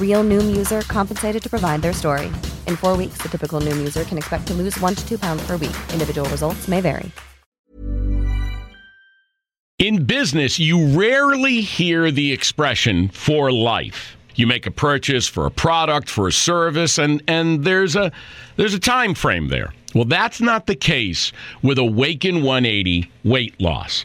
Real Noom user compensated to provide their story. In four weeks, the typical Noom user can expect to lose one to two pounds per week. Individual results may vary. In business, you rarely hear the expression for life. You make a purchase for a product, for a service, and, and there's a there's a time frame there. Well, that's not the case with Awaken 180 weight loss.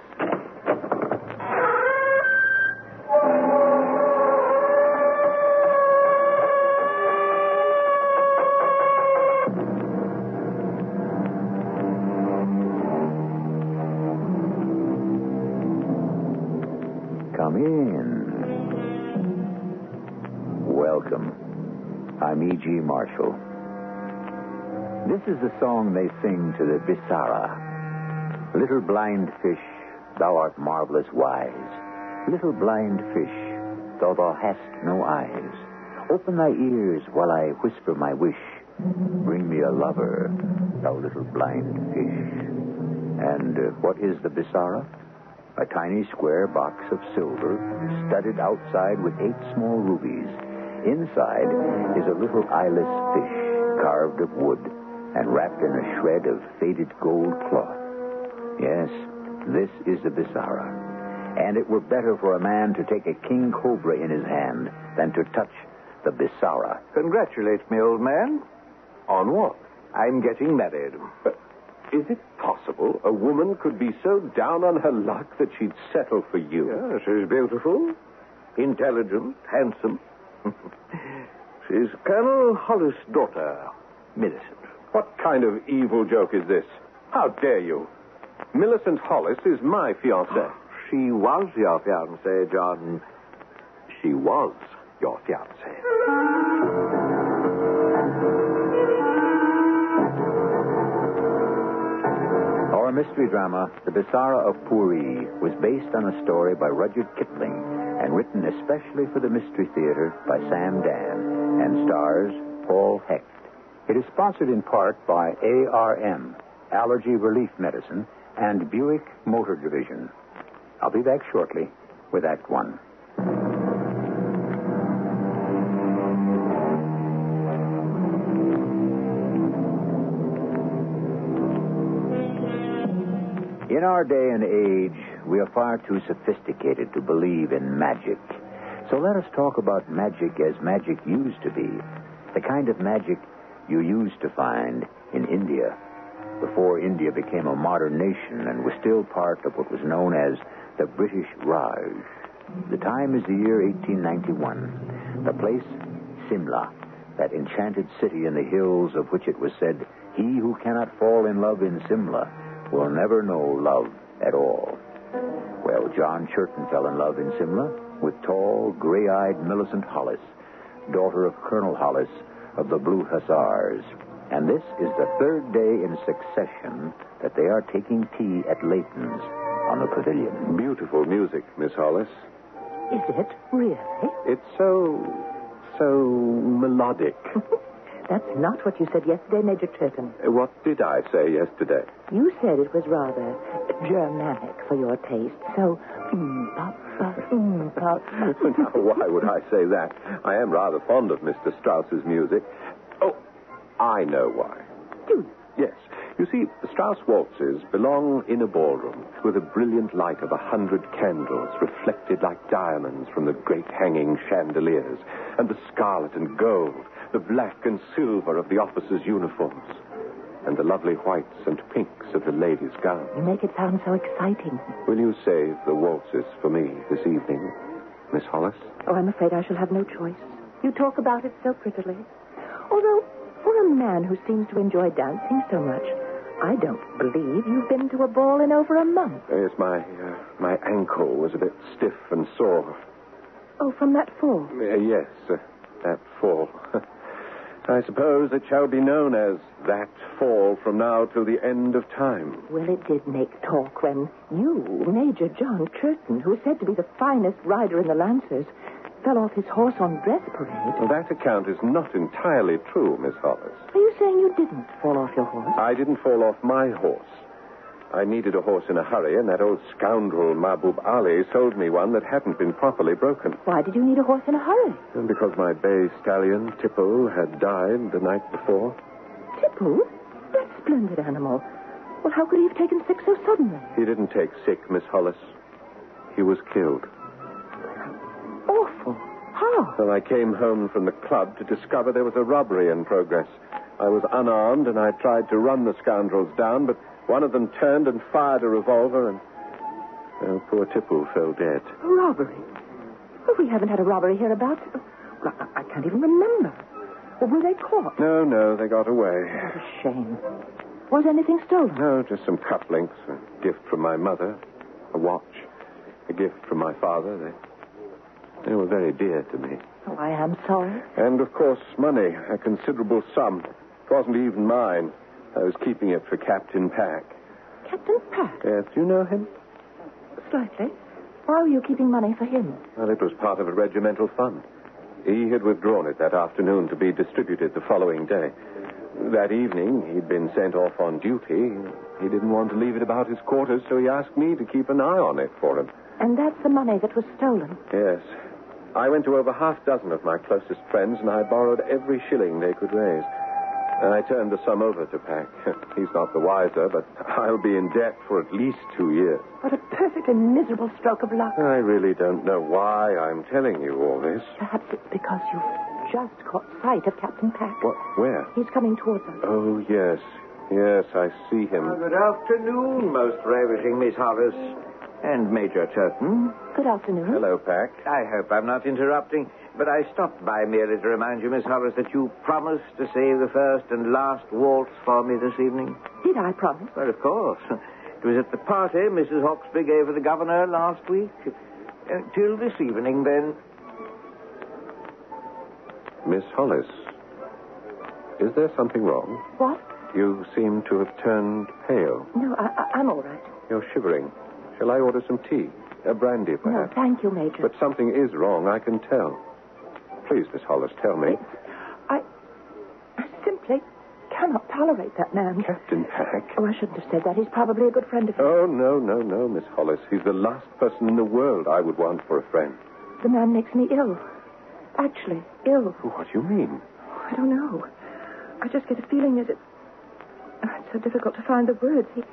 Come in. Welcome. I'm E.G. Marshall. This is the song they sing to the Bisara. Little blind fish, thou art marvelous wise. Little blind fish, though thou hast no eyes. Open thy ears while I whisper my wish. Bring me a lover, thou little blind fish. And uh, what is the Bisara? A tiny square box of silver, studded outside with eight small rubies. Inside is a little eyeless fish, carved of wood and wrapped in a shred of faded gold cloth. Yes, this is the Bisara. And it were better for a man to take a king cobra in his hand than to touch the Bisara. Congratulate me, old man. On what? I'm getting married. But is it possible a woman could be so down on her luck that she'd settle for you? Yeah, she's beautiful, intelligent, handsome. she's Colonel Hollis' daughter, Millicent. What kind of evil joke is this? How dare you? Millicent Hollis is my fiancée. Ah, She was your fiancée, John. She was your fiancée. Our mystery drama, The Bisara of Puri, was based on a story by Rudyard Kipling and written especially for the Mystery Theater by Sam Dan and stars Paul Hecht. It is sponsored in part by ARM, Allergy Relief Medicine, and Buick Motor Division. I'll be back shortly with Act One. In our day and age, we are far too sophisticated to believe in magic. So let us talk about magic as magic used to be. The kind of magic you used to find in India before India became a modern nation and was still part of what was known as the British Raj. The time is the year 1891. The place, Simla, that enchanted city in the hills of which it was said, He who cannot fall in love in Simla will never know love at all. Well, John Churton fell in love in Simla with tall, gray eyed Millicent Hollis, daughter of Colonel Hollis of the Blue Hussars. And this is the third day in succession that they are taking tea at Leighton's on the pavilion. Beautiful music, Miss Hollis. Is it really? It's so. so melodic. Uh, That's not what you said yesterday, Major Churton. what did I say yesterday? You said it was rather Germanic for your taste. So, mm, pop, pop, mm, pop, pop. Now, why would I say that? I am rather fond of Mr. Strauss's music. Oh, I know why. Yes. You see, Strauss waltzes belong in a ballroom with a brilliant light of a hundred candles reflected like diamonds from the great hanging chandeliers, and the scarlet and gold, the black and silver of the officers' uniforms, and the lovely whites and pinks of the ladies' gowns. You make it sound so exciting. Will you save the waltzes for me this evening, Miss Hollis? Oh, I'm afraid I shall have no choice. You talk about it so prettily. Although, for a man who seems to enjoy dancing so much, I don't believe you've been to a ball in over a month. Yes, my uh, my ankle was a bit stiff and sore. Oh, from that fall. Uh, yes, uh, that fall. I suppose it shall be known as that fall from now till the end of time. Well, it did make talk when you, Major John Churton, who is said to be the finest rider in the Lancers, fell off his horse on dress parade. Well, that account is not entirely true, Miss Hollis. Are you saying you didn't fall off your horse? I didn't fall off my horse. I needed a horse in a hurry, and that old scoundrel Mahbub Ali sold me one that hadn't been properly broken. Why did you need a horse in a hurry? And because my bay stallion, Tipple, had died the night before, Tippu? That splendid animal. Well, how could he have taken sick so suddenly? he didn't take sick, Miss Hollis. He was killed. Awful. How? Well, I came home from the club to discover there was a robbery in progress. I was unarmed and I tried to run the scoundrels down, but one of them turned and fired a revolver and. Oh, poor Tipple fell dead. A robbery. Well, we haven't had a robbery hereabouts. Well, I- I can't even remember. Well, were they caught? No, no, they got away. What a shame. Was anything stolen? No, just some cufflinks, a gift from my mother, a watch, a gift from my father. They, they were very dear to me. Oh, I am sorry. And, of course, money, a considerable sum. It wasn't even mine. I was keeping it for Captain Pack. Captain Pratt, Yes, you know him? slightly. Why were you keeping money for him? Well, it was part of a regimental fund. He had withdrawn it that afternoon to be distributed the following day. That evening, he'd been sent off on duty. He didn't want to leave it about his quarters, so he asked me to keep an eye on it for him. And that's the money that was stolen. Yes. I went to over half dozen of my closest friends, and I borrowed every shilling they could raise. And I turned the sum over to Pack. He's not the wiser, but I'll be in debt for at least two years. What a perfectly miserable stroke of luck. I really don't know why I'm telling you all this. Perhaps it's because you've just caught sight of Captain Pack. What? Where? He's coming towards us. Oh, yes. Yes, I see him. Good afternoon, most ravishing Miss Hollis. And Major Turton. Mm, Good afternoon. Hello, Pack. I hope I'm not interrupting, but I stopped by merely to remind you, Miss Hollis, that you promised to save the first and last waltz for me this evening. Did I promise? Well, of course. It was at the party Mrs. Hawksby gave for the governor last week. Uh, till this evening, then. Miss Hollis. Is there something wrong? What? You seem to have turned pale. No, I, I, I'm all right. You're shivering. Shall I order some tea? A brandy, No, perhaps? thank you, Major. Uh-huh. But something is wrong, I can tell. Please, Miss Hollis, tell me. I, I simply cannot tolerate that man. Captain Pack. Oh, I shouldn't have said that. He's probably a good friend of yours. Oh, no, no, no, Miss Hollis. He's the last person in the world I would want for a friend. The man makes me ill. Actually, ill. What do you mean? I don't know. I just get a feeling that it, oh, it's so difficult to find the words. He,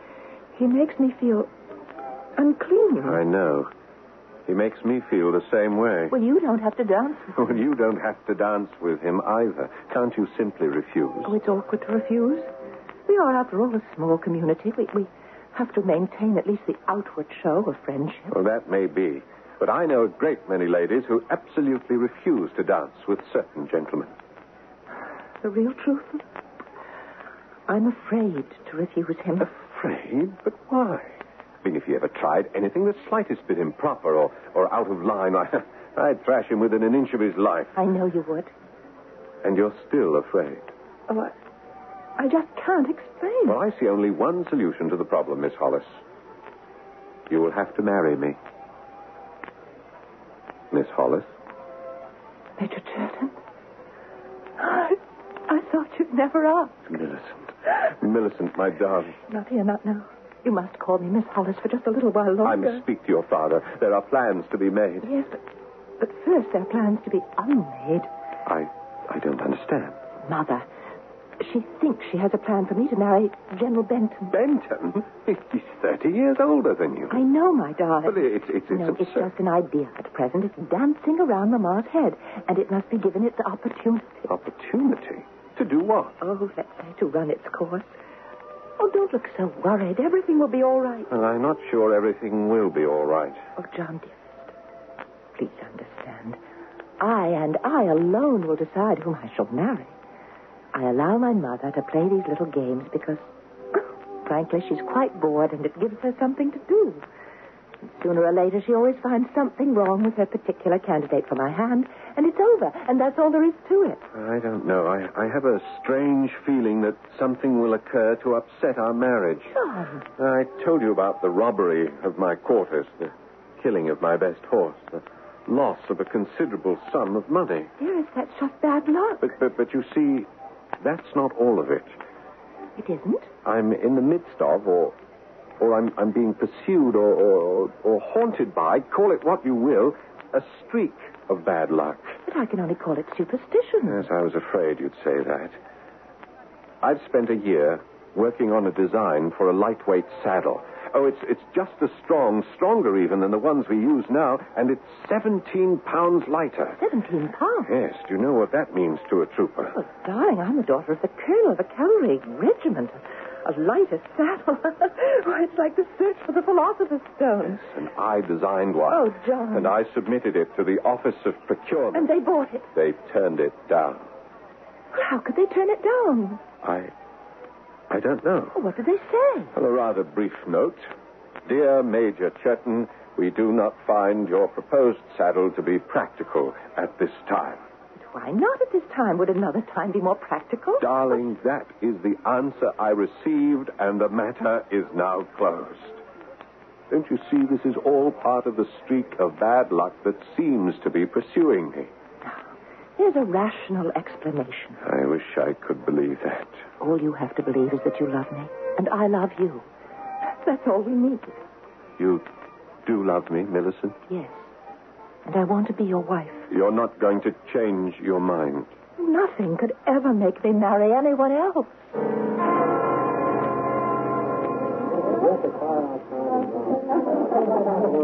he makes me feel unclean. I know. He makes me feel the same way. Well, you don't have to dance. Well, you don't have to dance with him either. Can't you simply refuse? Oh, it's awkward to refuse. We are, after all, a small community. We, we have to maintain at least the outward show of friendship. Well, that may be. But I know a great many ladies who absolutely refuse to dance with certain gentlemen. The real truth? I'm afraid to refuse him. Afraid? But why? I mean, if he ever tried anything the slightest bit improper or, or out of line, I, I'd thrash him within an inch of his life. I know you would. And you're still afraid. Oh, I, I just can't explain. Well, I see only one solution to the problem, Miss Hollis. You will have to marry me. Miss Hollis? Major Turton? I, I thought you'd never ask. Millicent. Millicent, my darling. Not here, not now. You must call me Miss Hollis for just a little while longer. I must speak to your father. There are plans to be made. Yes, but, but first there are plans to be unmade. I I don't understand. Mother, she thinks she has a plan for me to marry General Benton. Benton? He's 30 years older than you. I know, my darling. Well, it's, it's, it's no, it's absurd. just an idea at present. It's dancing around Mamma's head, and it must be given its opportunity. Opportunity? To do what? Oh, let's say to run its course. Oh, don't look so worried. Everything will be all right. Well, I'm not sure everything will be all right. Oh, John, dearest, please understand. I and I alone will decide whom I shall marry. I allow my mother to play these little games because, frankly, she's quite bored and it gives her something to do. And sooner or later, she always finds something wrong with her particular candidate for my hand, and it's over, and that's all there is to it. I don't know. I, I have a strange feeling that something will occur to upset our marriage. John, I told you about the robbery of my quarters, the killing of my best horse, the loss of a considerable sum of money. dearest, that's just bad luck. But, but, but you see, that's not all of it. It isn't. I'm in the midst of, or, or I'm, I'm being pursued or, or, or haunted by, call it what you will, a streak of bad luck. But I can only call it superstition. Yes, I was afraid you'd say that. I've spent a year working on a design for a lightweight saddle. Oh, it's, it's just as strong, stronger even than the ones we use now, and it's 17 pounds lighter. Seventeen pounds. Yes, do you know what that means to a trooper? Well, Oh, darling, I'm the daughter of the colonel of a cavalry regiment. A lighter saddle. Why, it's like the search for the philosopher's stone. And I designed one. Oh, John. And I submitted it to the Office of Procurement. And they bought it. They turned it down. How could they turn it down? I. I don't know. What did they say? Well, a rather brief note. Dear Major Churton, we do not find your proposed saddle to be practical at this time. But why not at this time? Would another time be more practical? Darling, that is the answer I received, and the matter is now closed. Don't you see, this is all part of the streak of bad luck that seems to be pursuing me. There's a rational explanation. I wish I could believe that. All you have to believe is that you love me, and I love you. That's all we need. You do love me, Millicent? Yes. And I want to be your wife. You're not going to change your mind. Nothing could ever make me marry anyone else.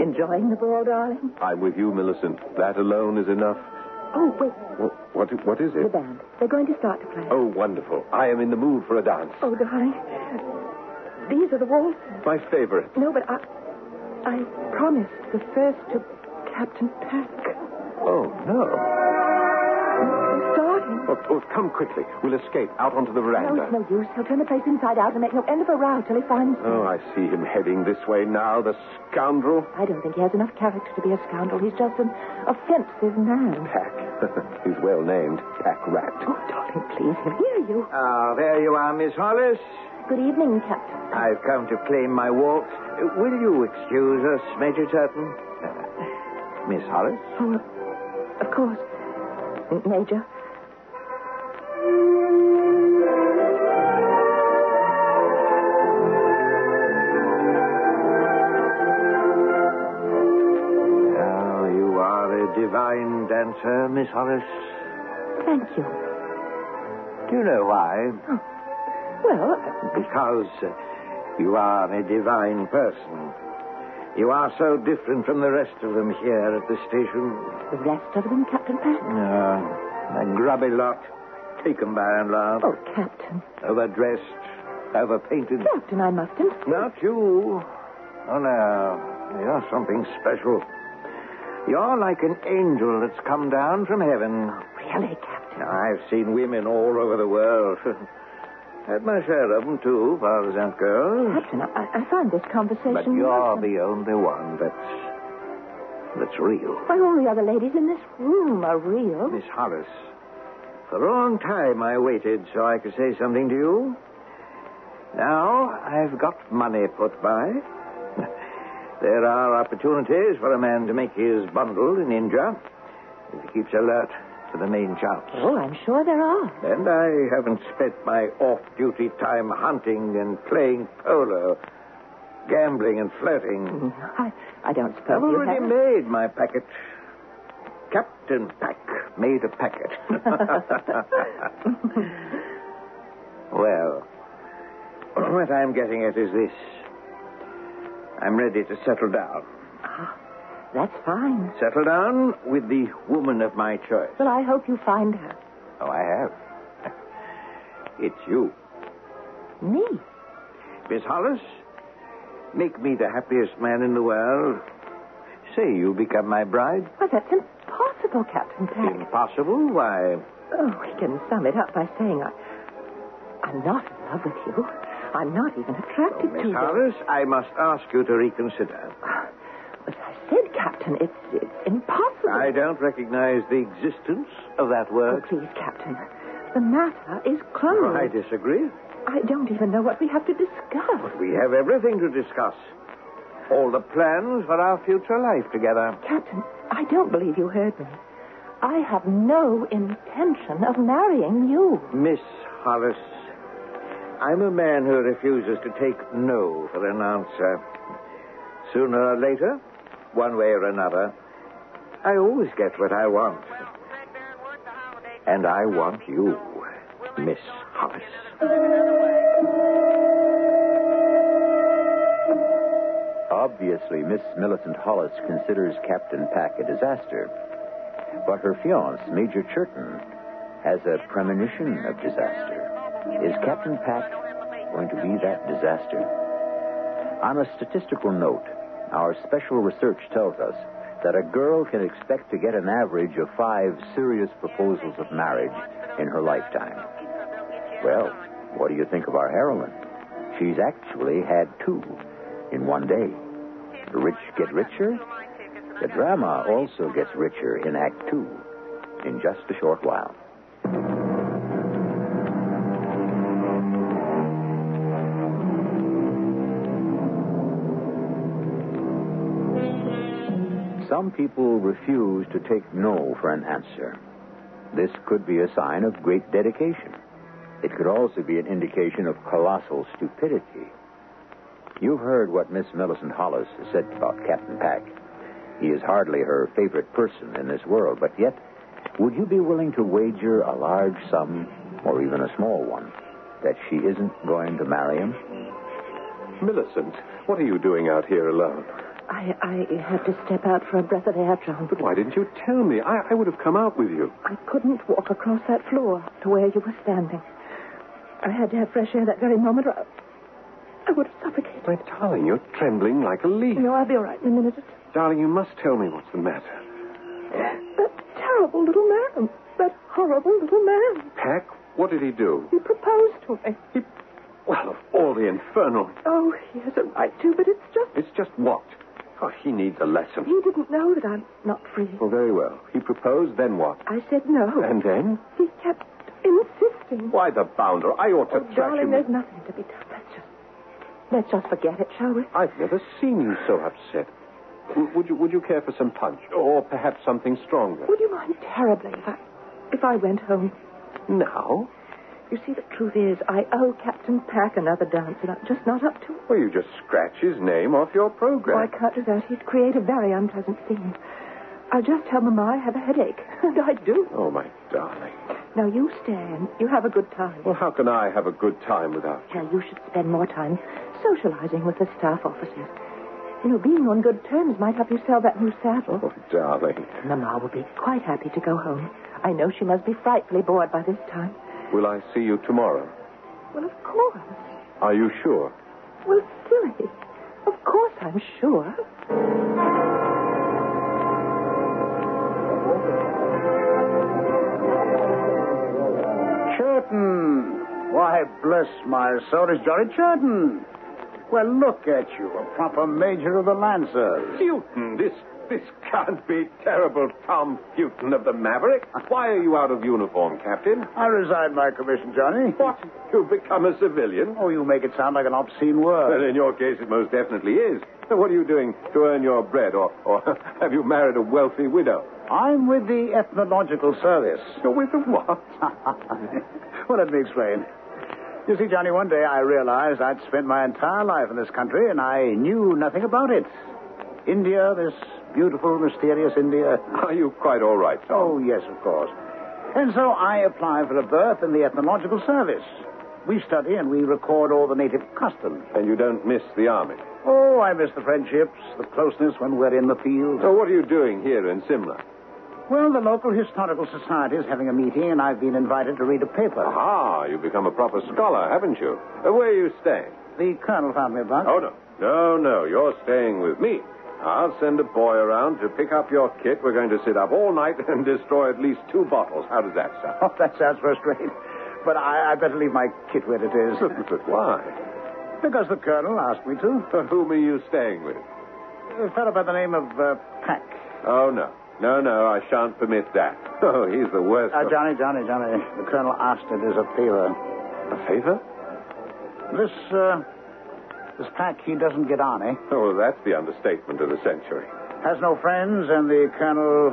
Enjoying the ball, darling? I'm with you, Millicent. That alone is enough. Oh, wait. What, what, what is The it? band. They're going to start to play. Oh, wonderful. I am in the mood for a dance. Oh, darling. These are the walls. My favorite. No, but I. I promised the first to Captain Pack. Oh, no. Starting. Oh, oh, come quickly. We'll escape out onto the No, veranda. it's no use. He'll turn the place inside out and make no end of a row till he finds me. Oh, I see him heading this way now, the scoundrel. I don't think he has enough character to be a scoundrel. He's just an offensive man. Pack. He's well named. Pack Rat. Oh, darling, please, he'll hear you. Ah, there you are, Miss Hollis. Good evening, Captain. I've come to claim my waltz. Uh, Will you excuse us, Major Turton? Uh, Miss Hollis? Oh, of course. Major. Oh, you are a divine dancer, Miss Hollis. Thank you. Do you know why? Well, Because uh, you are a divine person. You are so different from the rest of them here at the station. The rest of them, Captain Patton? No, a grubby lot. Taken by and large. Oh, Captain. Overdressed, overpainted. Captain, I mustn't. Not you. Oh, no. You're something special. You're like an angel that's come down from heaven. Really, Captain? Now, I've seen women all over the world. Had my share of them, too, fathers and girls. Captain, I, I find this conversation. But you're lonesome. the only one that's. that's real. Why, all the other ladies in this room are real. Miss Horace, for a long time I waited so I could say something to you. Now I've got money put by. there are opportunities for a man to make his bundle in India if he keeps alert for the main chance. Oh, I'm sure there are. And I haven't spent my off duty time hunting and playing polo, gambling and flirting. I, I don't suppose I've you already have. made my packet. Captain Pack made a packet. well, what I'm getting at is this. I'm ready to settle down. That's fine. Settle down with the woman of my choice. Well, I hope you find her. Oh, I have. It's you. Me? Miss Hollis, make me the happiest man in the world. Say you become my bride. Why, that's impossible, Captain Pack. Impossible? Why, Oh, we can sum it up by saying I, I'm not in love with you. I'm not even attracted to Oh, Miss you. Harris, I must ask you to reconsider. As I said, Captain, it's, it's impossible. I don't recognize the existence of that Oh, word. please, Captain. The matter is Well, I closed. disagree. I don't even know what we have to discuss. We have everything to discuss. All the plans for our future life together. Captain, I don't believe you heard me. I have no intention of marrying you. Miss Hollis, I'm a man who refuses to take no for an answer. Sooner or later, one way or another, I always get what I want. And I want you, Miss Hollis. Obviously, Miss Millicent Hollis considers Captain Pack a disaster, but her fiance, Major Churton, has a premonition of disaster. Is Captain Pack going to be that disaster? On a statistical note, our special research tells us that a girl can expect to get an average of five serious proposals of marriage in her lifetime. Well, what do you think of our heroine? She's actually had two in one day. The rich get richer. The drama also gets richer in Act Two in just a short while. Some people refuse to take no for an answer. This could be a sign of great dedication. It could also be an indication of colossal stupidity. You've heard what Miss Millicent Hollis has said about Captain Pack. He is hardly her favorite person in this world, but yet, would you be willing to wager a large sum, or even a small one, that she isn't going to marry him? Millicent, what are you doing out here alone? I, I had to step out for a breath of air, John. But why didn't you tell me? I, I would have come out with you. I couldn't walk across that floor to where you were standing. I had to have fresh air that very moment, or I, I would have suffocated. My darling, you're trembling like a leaf. No, I'll be all right in a minute. Darling, you must tell me what's the matter. That terrible little man. That horrible little man. Pack, what did he do? He proposed to me. He, well, of all the infernal. Oh, he has a right to, but it's just It's just what? Oh, he needs a lesson. he didn't know that I'm not free. Well, very well. He proposed, then what? I said no. Oh. And then? he kept insisting. Why the bounder? I ought to Oh, thrash darling, him. there's nothing to be done. Let's just let's just forget it, shall we? I've never seen you so upset. W- Would you, would you care for some punch? Or perhaps something stronger? Would you mind terribly if I if I went home? Now? You see, the truth is, I owe Captain Pack another dance, and I'm just not up to it. Well, you just scratch his name off your Oh, I program. can't do that. He'd create a very unpleasant scene. I'll just tell Mama I have a headache, and I do. Oh, my darling. Now you stay, and you have a good time. Well, how can I have a good time without you? Now, you should spend more time socializing with the staff officers. You know, being on good terms might help you sell that new saddle. Oh, darling, Mamma will be quite happy to go home. I know she must be frightfully bored by this time. will I see you tomorrow? Well, of course. Are you sure? Well, silly. Of course, I'm sure. Churton. Why, bless my soul, it's Johnny Churton. Well, look at you, a proper major of the Lancers. Futon, this this can't be terrible, Tom Futon of the Maverick. Why are you out of uniform, Captain? I resign my commission, Johnny. What? You've become a civilian? Oh, you make it sound like an obscene word. Well, in your case, it most definitely is. So what are you doing to earn your bread, or, or have you married a wealthy widow? I'm with the Ethnological Service. You're with the what? well, let me explain. You see, Johnny, one day I realized I'd spent my entire life in this country and I knew nothing about it. India, this beautiful, mysterious India. Are you quite all right, Tom? Oh, yes, of course. And so I applied for a berth in the Ethnological Service. We study and we record all the native customs. And you don't miss the army. Oh, I miss the friendships, the closeness when we're in the field. So what are you doing here in Simla? Well, the local historical society is having a meeting, and I've been invited to read a paper. Ah, you've become a proper scholar, haven't you? Uh, where are you staying? The colonel found me a bunk. Oh, no. No, no. You're staying with me. I'll send a boy around to pick up your kit. We're going to sit up all night and destroy at least two bottles. How does that sound? Oh, that sounds first rate. But I, I better leave my kit where it is. But why? because the colonel asked me to. For whom are you staying with? A fellow by the name of uh, Pack. Oh, no. No, no, I shan't permit that. Oh, he's the worst. Uh, of- Johnny, Johnny, Johnny. The colonel asked it as a favor. A favor? This, uh, this Pack, he doesn't get on, eh? Oh, well, that's the understatement of the century. Has no friends, and the colonel.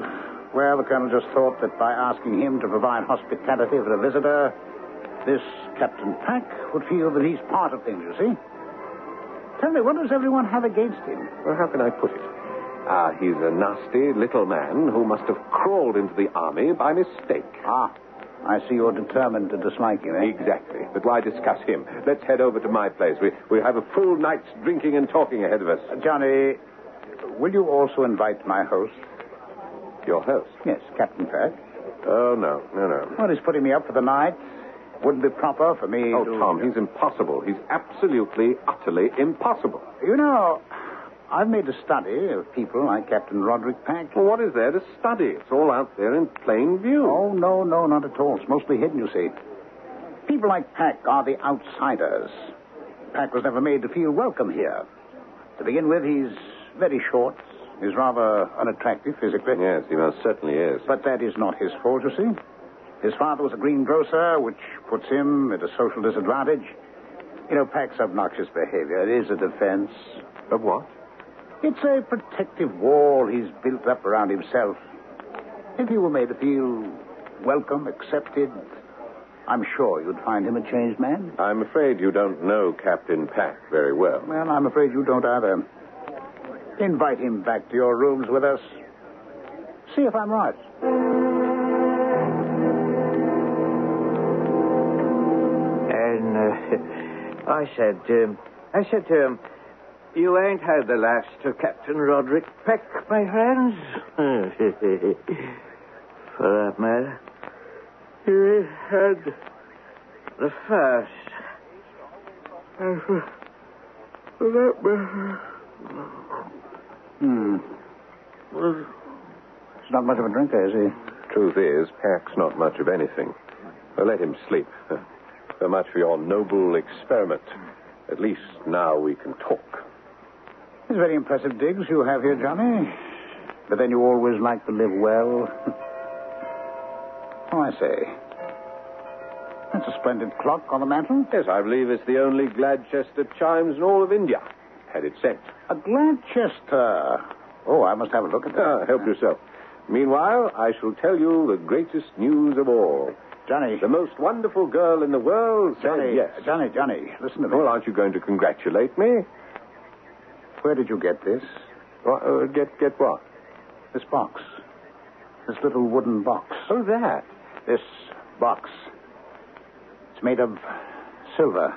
Well, the colonel just thought that by asking him to provide hospitality for a visitor, this Captain Pack would feel that he's part of things, you see. Tell me, what does everyone have against him? Well, how can I put it? Ah, he's a nasty little man who must have crawled into the army by mistake. Ah, I see you're determined to dislike him, eh? Exactly. But why discuss him? Let's head over to my place. We, we have a full night's drinking and talking ahead of us. Johnny, will you also invite my host? Your host? Yes, Captain Pack. Oh, no, no, no. Well, he's putting me up for the night. Wouldn't be proper for me Oh, to... Tom, he's impossible. He's absolutely, utterly impossible. You know, I've made a study of people like Captain Roderick Pack. Well, what is there to study? It's all out there in plain view. Oh, no, no, not at all. It's mostly hidden, you see. People like Pack are the outsiders. Pack was never made to feel welcome here. To begin with, he's very short. He's rather unattractive physically. Yes, he most certainly is. But that is not his fault, you see. His father was a greengrocer, which puts him at a social disadvantage. You know, Pack's obnoxious behavior it is a defense. Of what? It's a protective wall he's built up around himself. If he were made to feel welcome, accepted, I'm sure you'd find him a changed man. I'm afraid you don't know Captain Pack very well. Well, I'm afraid you don't either. Invite him back to your rooms with us. See if I'm right. And uh, I said, um, I said to him, you ain't had the last of Captain Roderick Peck, my friends. For that matter, you ain't had the first. And For for that matter, Hmm. well, He's not much of a drinker, is he? Truth is, Pack's not much of anything. Well, let him sleep. So much for your noble experiment. At least now we can talk. It's very impressive digs you have here, Johnny. But then you always like to live well. oh, I say. That's a splendid clock on the mantel. Yes, I believe it's the only Gladchester chimes in all of India. Had it sent. A Gladchester. Oh, I must have a look at that. Ah, help yourself. Meanwhile, I shall tell you the greatest news of all. Johnny. The most wonderful girl in the world said Johnny, yes. Johnny, Johnny, listen to me. Well, aren't you going to congratulate me? Where did you get this? What, uh, get, get what? This box. This little wooden box. Oh, that. This box. It's made of silver.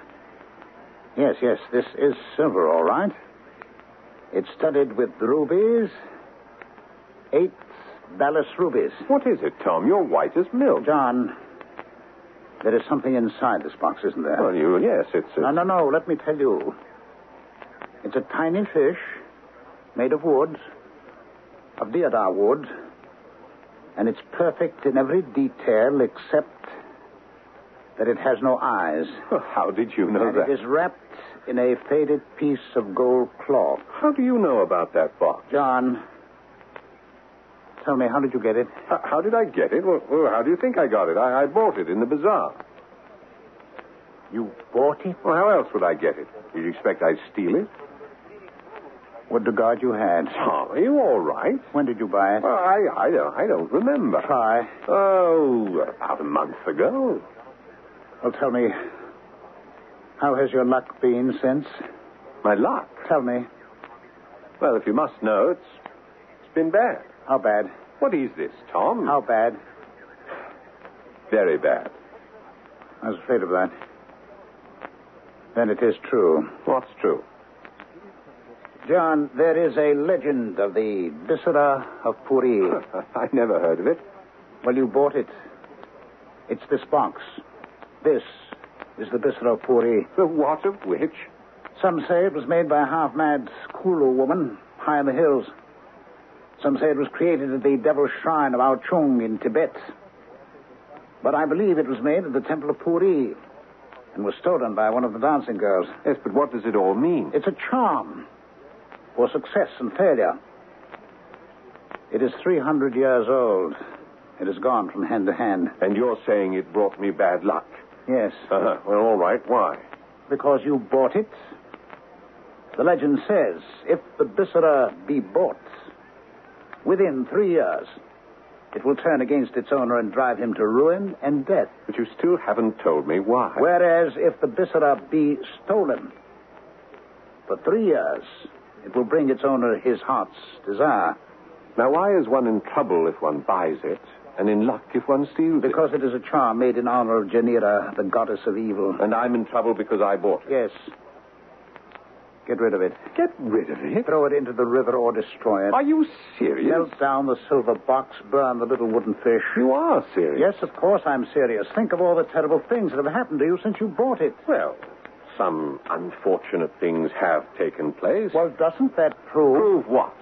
Yes, yes, this is silver, all right. It's studded with rubies. Eight ballast rubies. What is it, Tom? You're white as milk. John, there is something inside this box, isn't there? Well, you, yes, it's. No, A... no, no. Let me tell you. It's a tiny fish made of wood, of deodar wood, and it's perfect in every detail except that it has no eyes. How did you know and that? it is wrapped in a faded piece of gold cloth. How do you know about that box? John, tell me, how did you get it? H- how did I get it? Well, well, how do you think I got it? I-, I bought it in the bazaar. You bought it? Well, how else would I get it? Did you expect I'd steal it? What regard you had? Tom, are you all right? When did you buy it? Well, Oh, I, I, don't, I don't remember. Try. Oh, about a month ago. Well, tell me, how has your luck been since? My luck. Tell me, Well, if you must know, it's it's been bad. how bad? What is this, Tom? How bad? very bad. I was afraid of that. Then it is true. What's true? John, there is a legend of the Viscera of Puri. I never heard of it. well, you bought it. It's this box. This is the Viscera of Puri. The what of which? Some say it was made by a half mad Skulu woman high in the hills. Some say it was created at the devil's shrine of Ao Chung in Tibet. But I believe it was made at the Temple of Puri and was stolen by one of the dancing girls. Yes, but what does it all mean? It's a charm for success and failure. It is 300 years old. It has gone from hand to hand. And you're saying it brought me bad luck. Yes, Uh-huh. Well, all right. Why? because you bought it. The legend says if the Bissera be bought, within three years, it will turn against its owner and drive him to ruin and death. But you still haven't told me why. Whereas if the Bissera be stolen, for three years, it will bring its owner his heart's desire. Now, why is one in trouble if one buys it, and in luck if one steals Because it is a charm made in honor of Janira, the goddess of evil. it? And I'm in trouble because I bought it. Yes. Get rid of it. Get rid of it? Throw it into the river or destroy it. Are you serious? Melt down the silver box, burn the little wooden fish. You are serious. Yes, of course I'm serious. Think of all the terrible things that have happened to you since you bought it. Well, some unfortunate things have taken place. Well, doesn't that prove? prove what?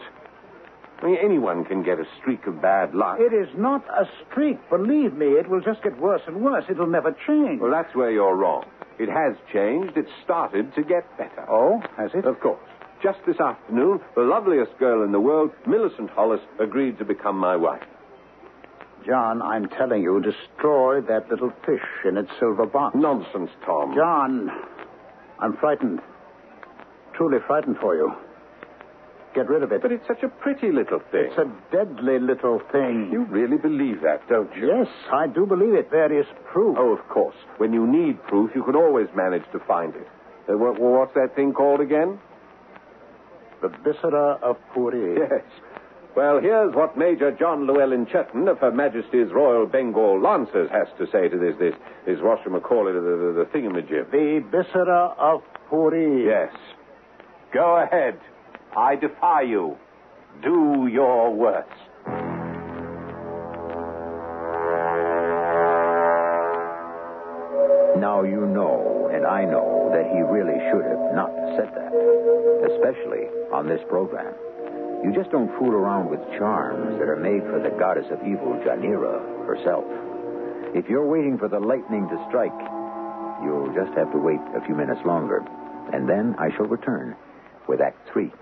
I mean, anyone can get a streak of bad luck. It is not a streak. Believe me, it will just get worse and worse. It'll never change. Well, that's where you're wrong. It has changed. It started to get better. Oh, has it? Of course. Just this afternoon, the loveliest girl in the world, Millicent Hollis, agreed to become my wife. John, I'm telling you, destroy that little fish in its silver box. Nonsense, Tom. John, I'm frightened. Truly frightened for you. Get rid of it. But it's such a pretty little thing. It's a deadly little thing. You really believe that, don't you? Yes, I do believe it. There is proof. Oh, of course. When you need proof, you can always manage to find it. Uh, wha- wha- what's that thing called again? The Viscera of Puri. Yes. Well, here's what Major John Llewellyn Churton of Her Majesty's Royal Bengal Lancers has to say to this, this, this what shall we call it, the, the, the thingamajig. The Viscera of Puri. Yes. Go ahead. I defy you. Do your worst. Now you know, and I know, that he really should have not said that, especially on this program. You just don't fool around with charms that are made for the goddess of evil, Janira, herself. If you're waiting for the lightning to strike, you'll just have to wait a few minutes longer, and then I shall return with Act Three.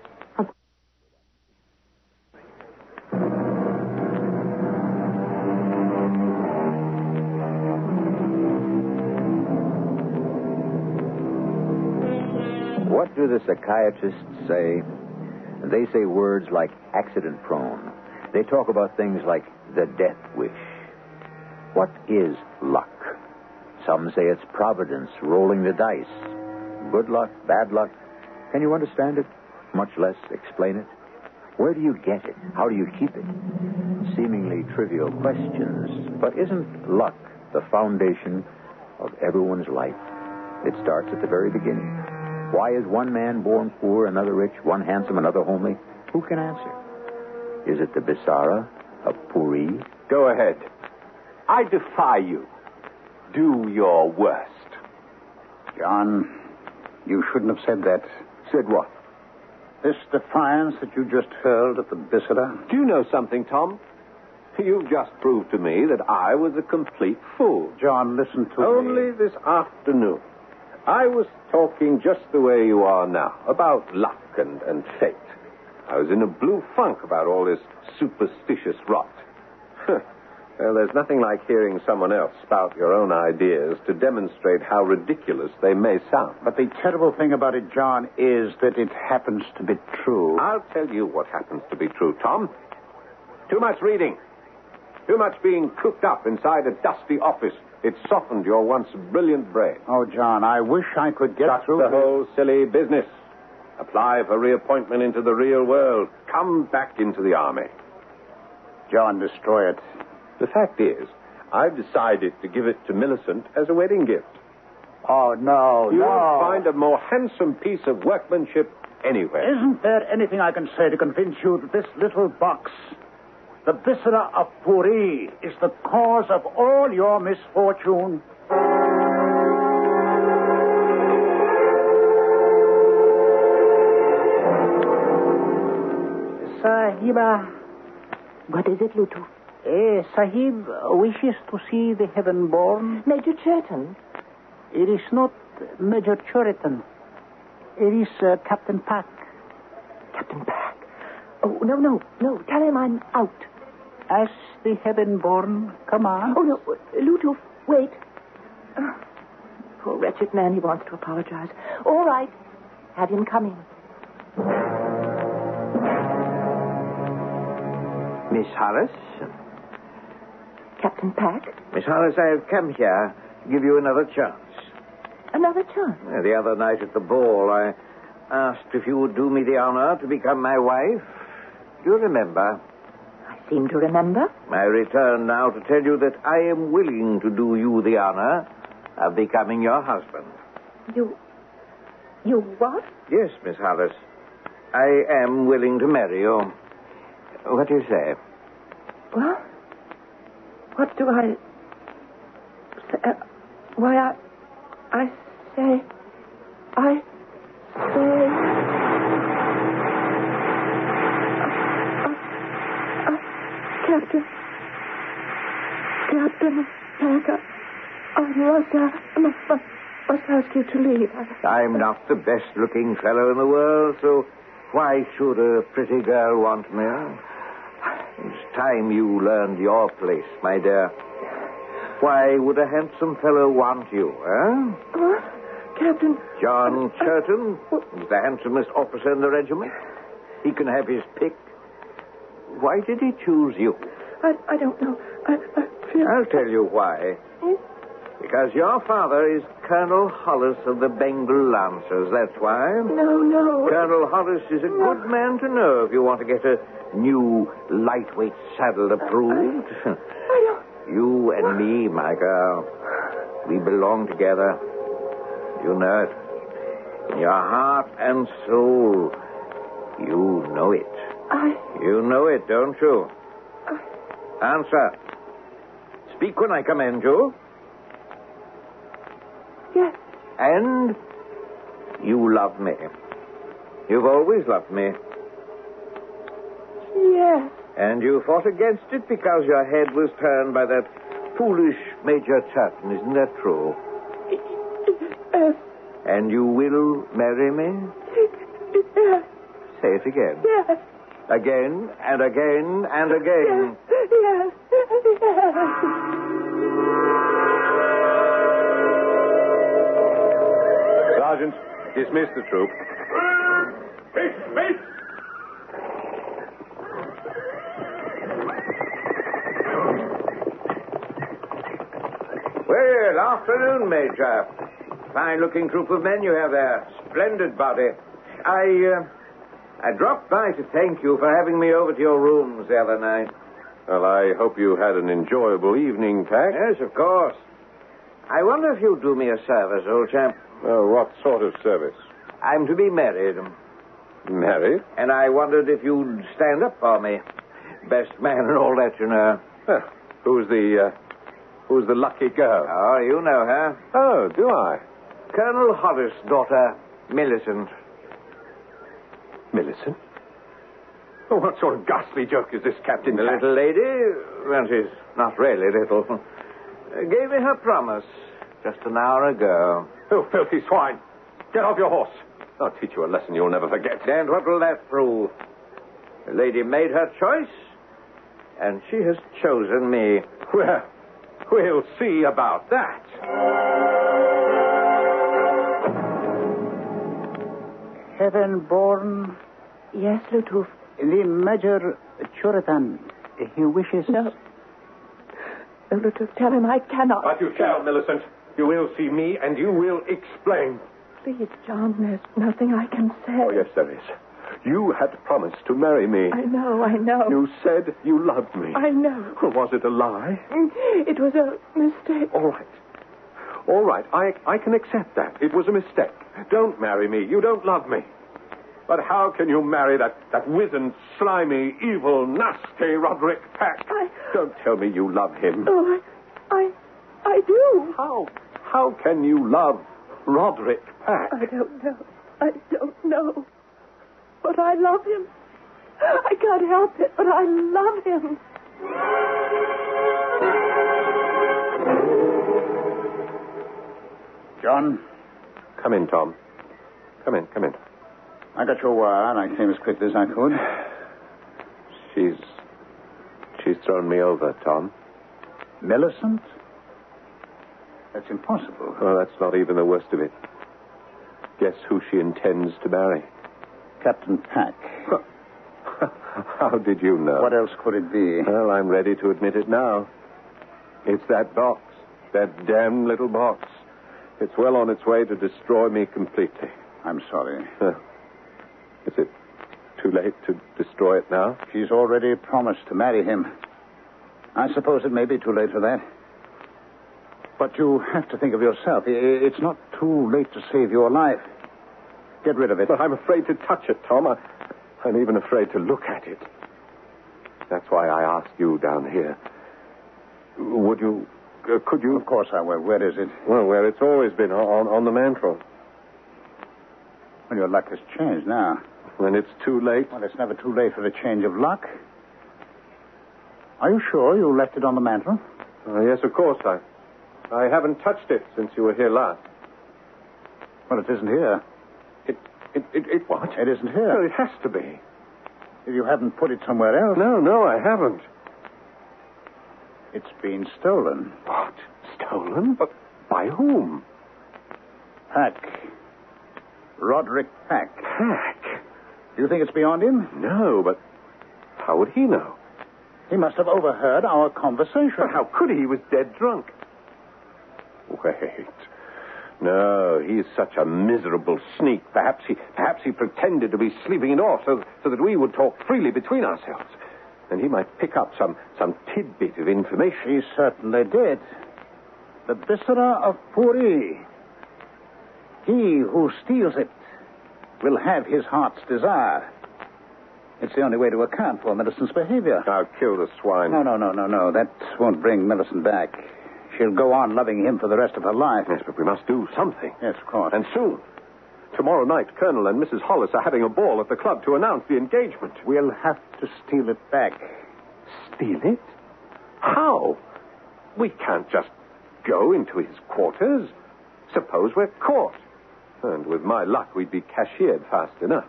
What do the psychiatrists say? They say words like accident prone. They talk about things like the death wish. What is luck? Some say it's providence rolling the dice. Good luck, bad luck. Can you understand it? Much less explain it? Where do you get it? How do you keep it? Seemingly trivial questions. But isn't luck the foundation of everyone's life? It starts at the very beginning. Why is one man born poor, another rich, one handsome, another homely? Who can answer? Is it the Bisara of Puri? Go ahead. I defy you. Do your worst. John, you shouldn't have said that. Said what? This defiance that you just hurled at the Bissera. Do you know something, Tom? You've just proved to me that I was a complete fool. John, listen to me. Only this afternoon. I was talking just the way you are now, about luck and, and fate. I was in a blue funk about all this superstitious rot. Huh. well, there's nothing like hearing someone else spout your own ideas to demonstrate how ridiculous they may sound. But the terrible thing about it, John, is that it happens to be true. I'll tell you what happens to be true, Tom. Too much reading. Too much being cooped up inside a dusty office. It softened your once brilliant brain. Oh, John, I wish I could get Shut through the this. whole silly business. Apply for reappointment into the real world. Come back into the army. John, destroy it. The fact is, I've decided to give it to Millicent as a wedding gift. Oh, no, you no. won't find a more handsome piece of workmanship anywhere. Isn't there anything I can say to convince you that this little box, the viscera of Puri, is the cause of all your misfortune? Sahiba, What is it, Lutu? eh, Sahib wishes to see the heaven born. Major Churton. It is not Major Churiton. It is uh, Captain Pack. Captain Pack. Oh, no, no, no. Tell him I'm out. As the heaven born, come on. Oh, no. Lutu, wait. Ah, Poor wretched man, he wants to apologize. All right. Have him come in. Miss Harris? Captain Pack, Miss Harris, I have come here to give you another chance. another chance. Uh, The other night at the ball, I asked if you would do me the honor to become my wife. Do you remember? I seem to remember. I return now to tell you that I am willing to do you the honor of becoming your husband. You. You what? Yes, Miss Harris. I am willing to marry you. What do you say? What? What do I. Say? uh, Why, I. I say. I say. I, I, Uh, Captain. Captain Parker, I must, uh, must, must, must ask you to leave. I'm not the best looking fellow in the world, so why should a pretty girl want me? It's time you learned your place, my dear. Why would a handsome fellow want you, eh? What? Captain. John Churton is the handsomest officer in the regiment. He can have his pick. Why did he choose you? I, I don't know. I, I feel. I'll tell you why. Because your father is Colonel Hollis of the Bengal Lancers, that's why. No, no. Colonel Hollis is a good man to know if you want to get a new lightweight saddle approved. you and me, my girl, we belong together. You know it. In your heart and soul, you know it. I. You know it, don't you? Answer. Speak when I command you. Yes. And you love me. You've always loved me. Yes. And you fought against it because your head was turned by that foolish Major Churton, isn't that true? Yes. And you will marry me? Yes. Say it again. Yes. Again and again and again. Yes. Yes. Sergeant, dismiss the troop. Well, afternoon, Major. Fine looking group of men you have there. Splendid body. I, uh, I dropped by to thank you for having me over to your rooms the other night. Well, I hope you had an enjoyable evening, Pack. Yes, of course. I wonder if you'd do me a service, old chap. Uh, what sort of service? I'm to be married. Married? And I wondered if you'd stand up for me. Best man and all that, you know. Huh. Who's the, uh, who's the lucky girl? Oh, you know her. Oh, do I? Colonel Horace's daughter, Millicent. Millicent? Oh, what sort of ghastly joke is this, Captain? The Pat? little lady, well, she's not really little, uh, gave me her promise just an hour ago. Oh, filthy swine. Get off your horse. I'll teach you a lesson you'll never forget. And what will that prove? The lady made her choice, and she has chosen me. Well, we'll see about that. Heaven born, Yes, Lutuf. the Major Churitan. He wishes. No. Oh, Lutuf, tell him I cannot. But you shall, Millicent. You will see me, and you will explain. Please, John, there's nothing I can say. Oh, yes, there is. You had promised to marry me. I know, I know. You said you loved me. I know. Well, was it a lie? It was a mistake. All right. All right. I, I can accept that. It was a mistake. Don't marry me. You don't love me. But how can you marry that, that wizened, slimy, evil, nasty Roderick Pack? I- Don't tell me you love him. Oh, I, I, I do. How? How can you love Roderick Pack? Oh, I don't know. I don't know. But I love him. I can't help it, but I love him. John, Come in, Tom. Come in, come in. I got your wire, and I came as quickly as I could. She's. She's thrown me over, Tom. Millicent? That's impossible. Well, Oh, that's not even the worst of it. Guess who she intends to marry? Captain Pack. How did you know? What else could it be? Well, I'm ready to admit it now. It's that box. That damned little box. It's well on its way to destroy me completely. I'm sorry. Huh. Is it too late to destroy it now? She's already promised to marry him. I suppose it may be too late for that. But you have to think of yourself. I- I- It's not too late to save your life. Get rid of it. But I'm afraid to touch it, Tom. I, I'm even afraid to look at it. That's why I asked you down here. Would you. Uh, could you. Of course I will. Where is it? Well, where it's always been, on, on the mantel. Well, your luck has changed now. When it's too late. Well, it's never too late for a change of luck. Are you sure you left it on the mantel? Uh, yes, of course. I, I haven't touched it since you were here last. Well, it isn't here. It, it, it, it what? It isn't Well, here. it has to be. If you haven't put it somewhere else, No, no, I haven't. it's been stolen. What? Stolen? But by whom? Pack. Roderick Pack. Pack. Do you think it's beyond him? No, but how would he know? He must have overheard our conversation. But how could he? He was dead drunk. Wait. No, he's such a miserable sneak. Perhaps he, perhaps he pretended to be sleeping it off so, so that we would talk freely between ourselves. And he might pick up some, some tidbit of information. She certainly did. The viscera of Puri. He who steals it will have his heart's desire. It's the only way to account for Millicent's behavior. I'll kill the swine. No, no, no, no, no. That won't bring Millicent back. She'll go on loving him for the rest of her life. Yes, but we must do something. Yes, of course. And soon. Tomorrow night, Colonel and Mrs. Hollis are having a ball at the club to announce the engagement. we'll have to steal it back. Steal it? How? We can't just go into his quarters. Suppose we're caught. And with my luck, we'd be cashiered fast enough.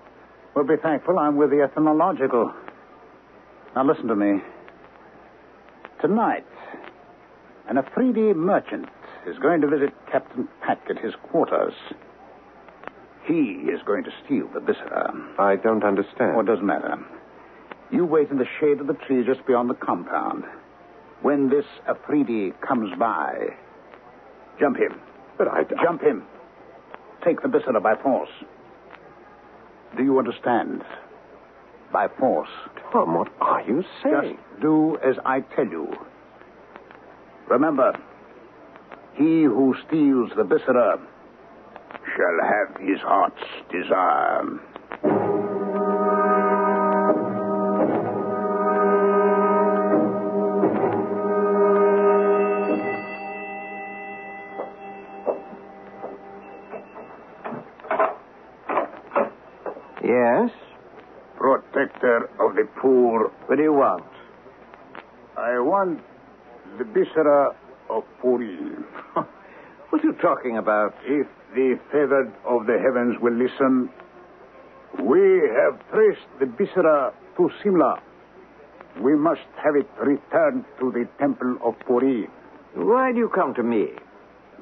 Well, be thankful I'm with the ethnological. Now, listen to me. Tonight, an Afridi merchant is going to visit Captain Pack at his quarters. He is going to steal the viscera. I don't understand. Oh, it doesn't matter. You wait in the shade of the tree just beyond the compound. When this Afridi comes by, jump him. But I. Jump him. Take the viscera by force. Do you understand? By force. Tom, what are you saying? Just do as I tell you. Remember, he who steals the viscera shall have his heart's desire. Yes? Protector of the poor. What do you want? I want the viscera of Puri. What are you talking about? if the favored of the heavens will listen, we have traced the viscera to Simla. We must have it returned to the temple of Puri Why do you come to me?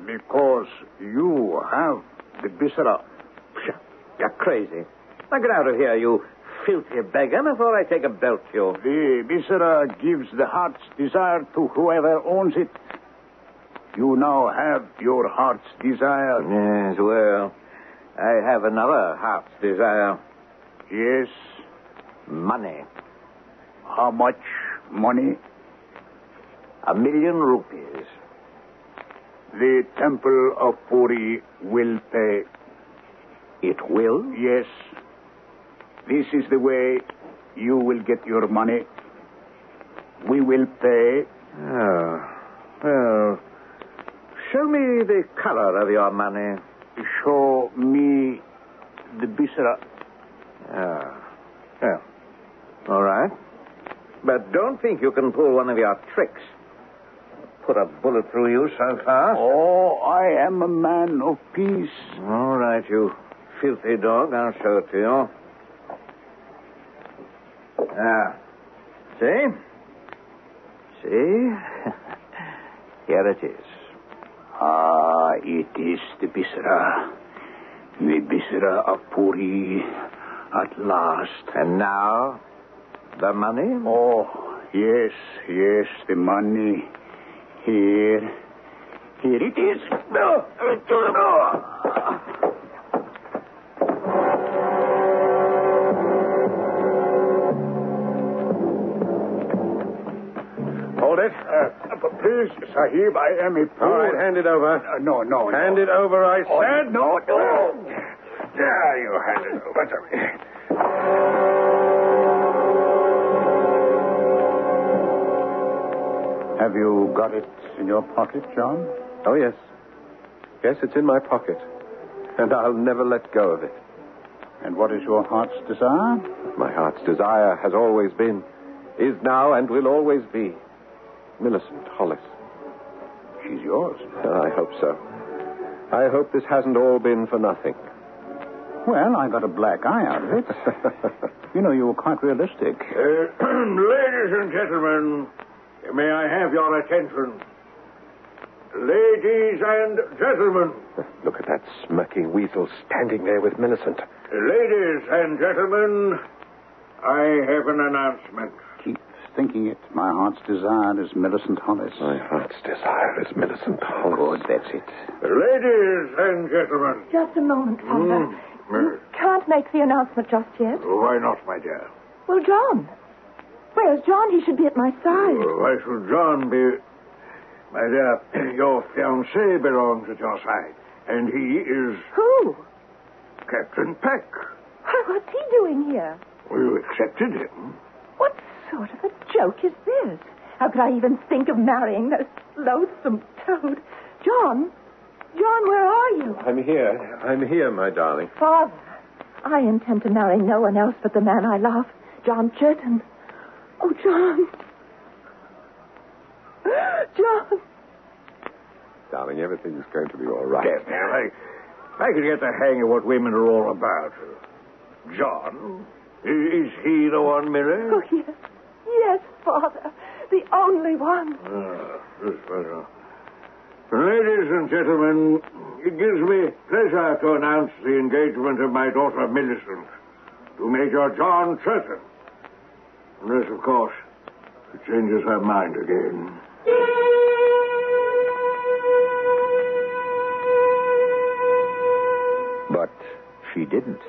because you have the viscera. Psha, you're crazy. Now get out of here, you filthy beggar, before I take a belt to you. The viscera gives the heart's desire to whoever owns it. You now have your heart's desire. Yes, well, I have another heart's desire Yes. money. How much money? A million rupees. The temple of Puri will pay. It will? Yes. This is the way you will get your money. We will pay. Oh. Well, show me the color of your money. Show me the viscera. Oh. Well, all right. But don't think you can pull one of your tricks. Put a bullet through you so fast. Oh, I am a man of peace. All right, you filthy dog. I'll show it to you. Ah. See? See? Here it is. Ah, it is the viscera. The viscera of Puri at last. And now, the money? Oh, yes, yes, the money. Here. Here it is. No! To the door! Hold it. Uh, please, Sahib, I am a fool. All right, hand it over. Uh, no, no. Hand no. it over, I Oh, said. no, no. There, you hand it over to me. Have you got it in your pocket, John? Oh, yes. Yes, it's in my pocket. And I'll never let go of it. And what is your heart's desire? My heart's desire has always been, is now, and will always be Millicent Hollis. She's yours. I hope so. I hope this hasn't all been for nothing. Well, I got a black eye out of it. you know, you were quite realistic. Uh, ladies and gentlemen, may I have your attention? Ladies and gentlemen. Look at that smirking weasel standing there with Millicent. Ladies and gentlemen, I have an announcement. Keep thinking it. My heart's desire is Millicent Hollis. My heart's desire is Millicent Hollis. Oh, that's it. Ladies and gentlemen. Just a moment, Father. You can't make the announcement just yet. Hmm, Oh, Why not, my dear? Well, John. Where's John? He should be at my side. Why should John be. My dear, your fiancé belongs at your side, and he is Who? Captain Peck. Why, what's he doing here? You accepted him. What sort of a joke is this? How could I even think of marrying that loathsome toad? John? John, where are you? I'm here. I'm here, my darling. Father, I intend to marry no one else but the man I love, John Churton. Oh, John. John. Darling, everything's going to be all right. Yes, man, I, I could get the hang of what women are all about. John, i- is he the one, Mary? Oh, yes. Yes, Father. The only one. Ah, this fellow. Ladies and gentlemen, it gives me pleasure to announce the engagement of my daughter Millicent to Major John Churton. Unless, of course, she changes her mind again. But she didn't.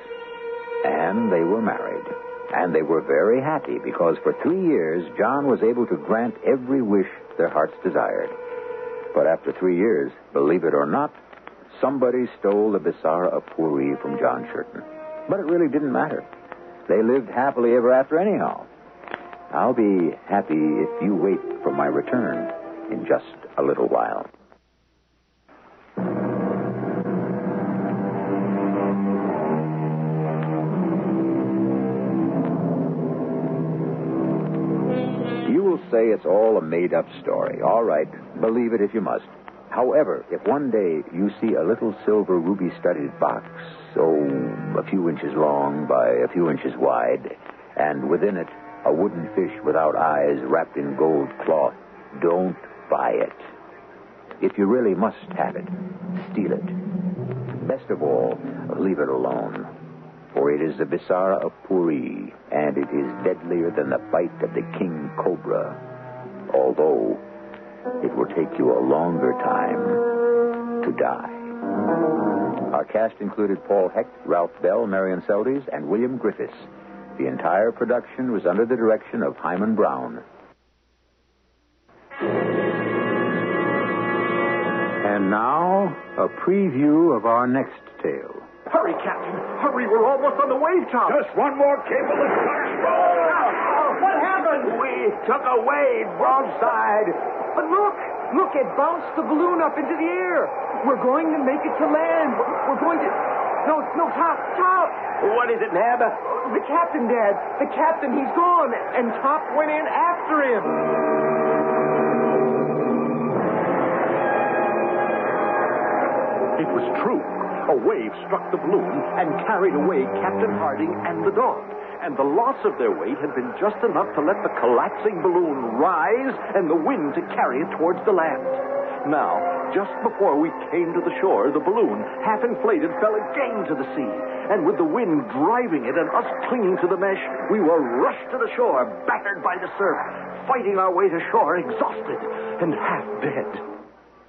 And they were married. And they were very happy because for three years, John was able to grant every wish their hearts desired. But after three years, believe it or not, somebody stole the Bissara of Puri from John Shurton. But it really didn't matter. They lived happily ever after, anyhow. I'll be happy if you wait for my return in just a little while. You will say it's all a made up story. All right, believe it if you must. However, if one day you see a little silver ruby studded box, oh, a few inches long by a few inches wide, and within it a wooden fish without eyes wrapped in gold cloth, don't buy it. If you really must have it, steal it. Best of all, leave it alone. For it is the Bisara of Puri, and it is deadlier than the bite of the king cobra. Although, it will take you a longer time to die. Our cast included Paul Hecht, Ralph Bell, Marion Seldes, and William Griffiths. The entire production was under the direction of Hyman Brown. And now, a preview of our next tale. Hurry, Captain. Hurry, we're almost on the wave top. Just one more cable and starts rolling out. what happened? We took a wave broadside. But look, look, it bounced the balloon up into the air. We're going to make it to land. We're going to. No, no, Top, Top. What is it, Nab? The captain, Dad. The captain, he's gone. And Top went in after him. It was true. A wave struck the balloon and carried away Captain Harding and the dog. And the loss of their weight had been just enough to let the collapsing balloon rise and the wind to carry it towards the land. Now, just before we came to the shore, the balloon, half inflated, fell again to the sea. And with the wind driving it and us clinging to the mesh, we were rushed to the shore, battered by the surf, fighting our way to shore, exhausted and half dead.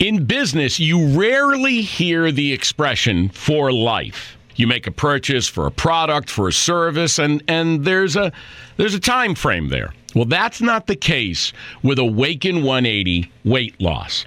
In business, you rarely hear the expression for life. You make a purchase for a product, for a service, and, and there's a there's a time frame there. Well, that's not the case with Awaken 180 weight loss.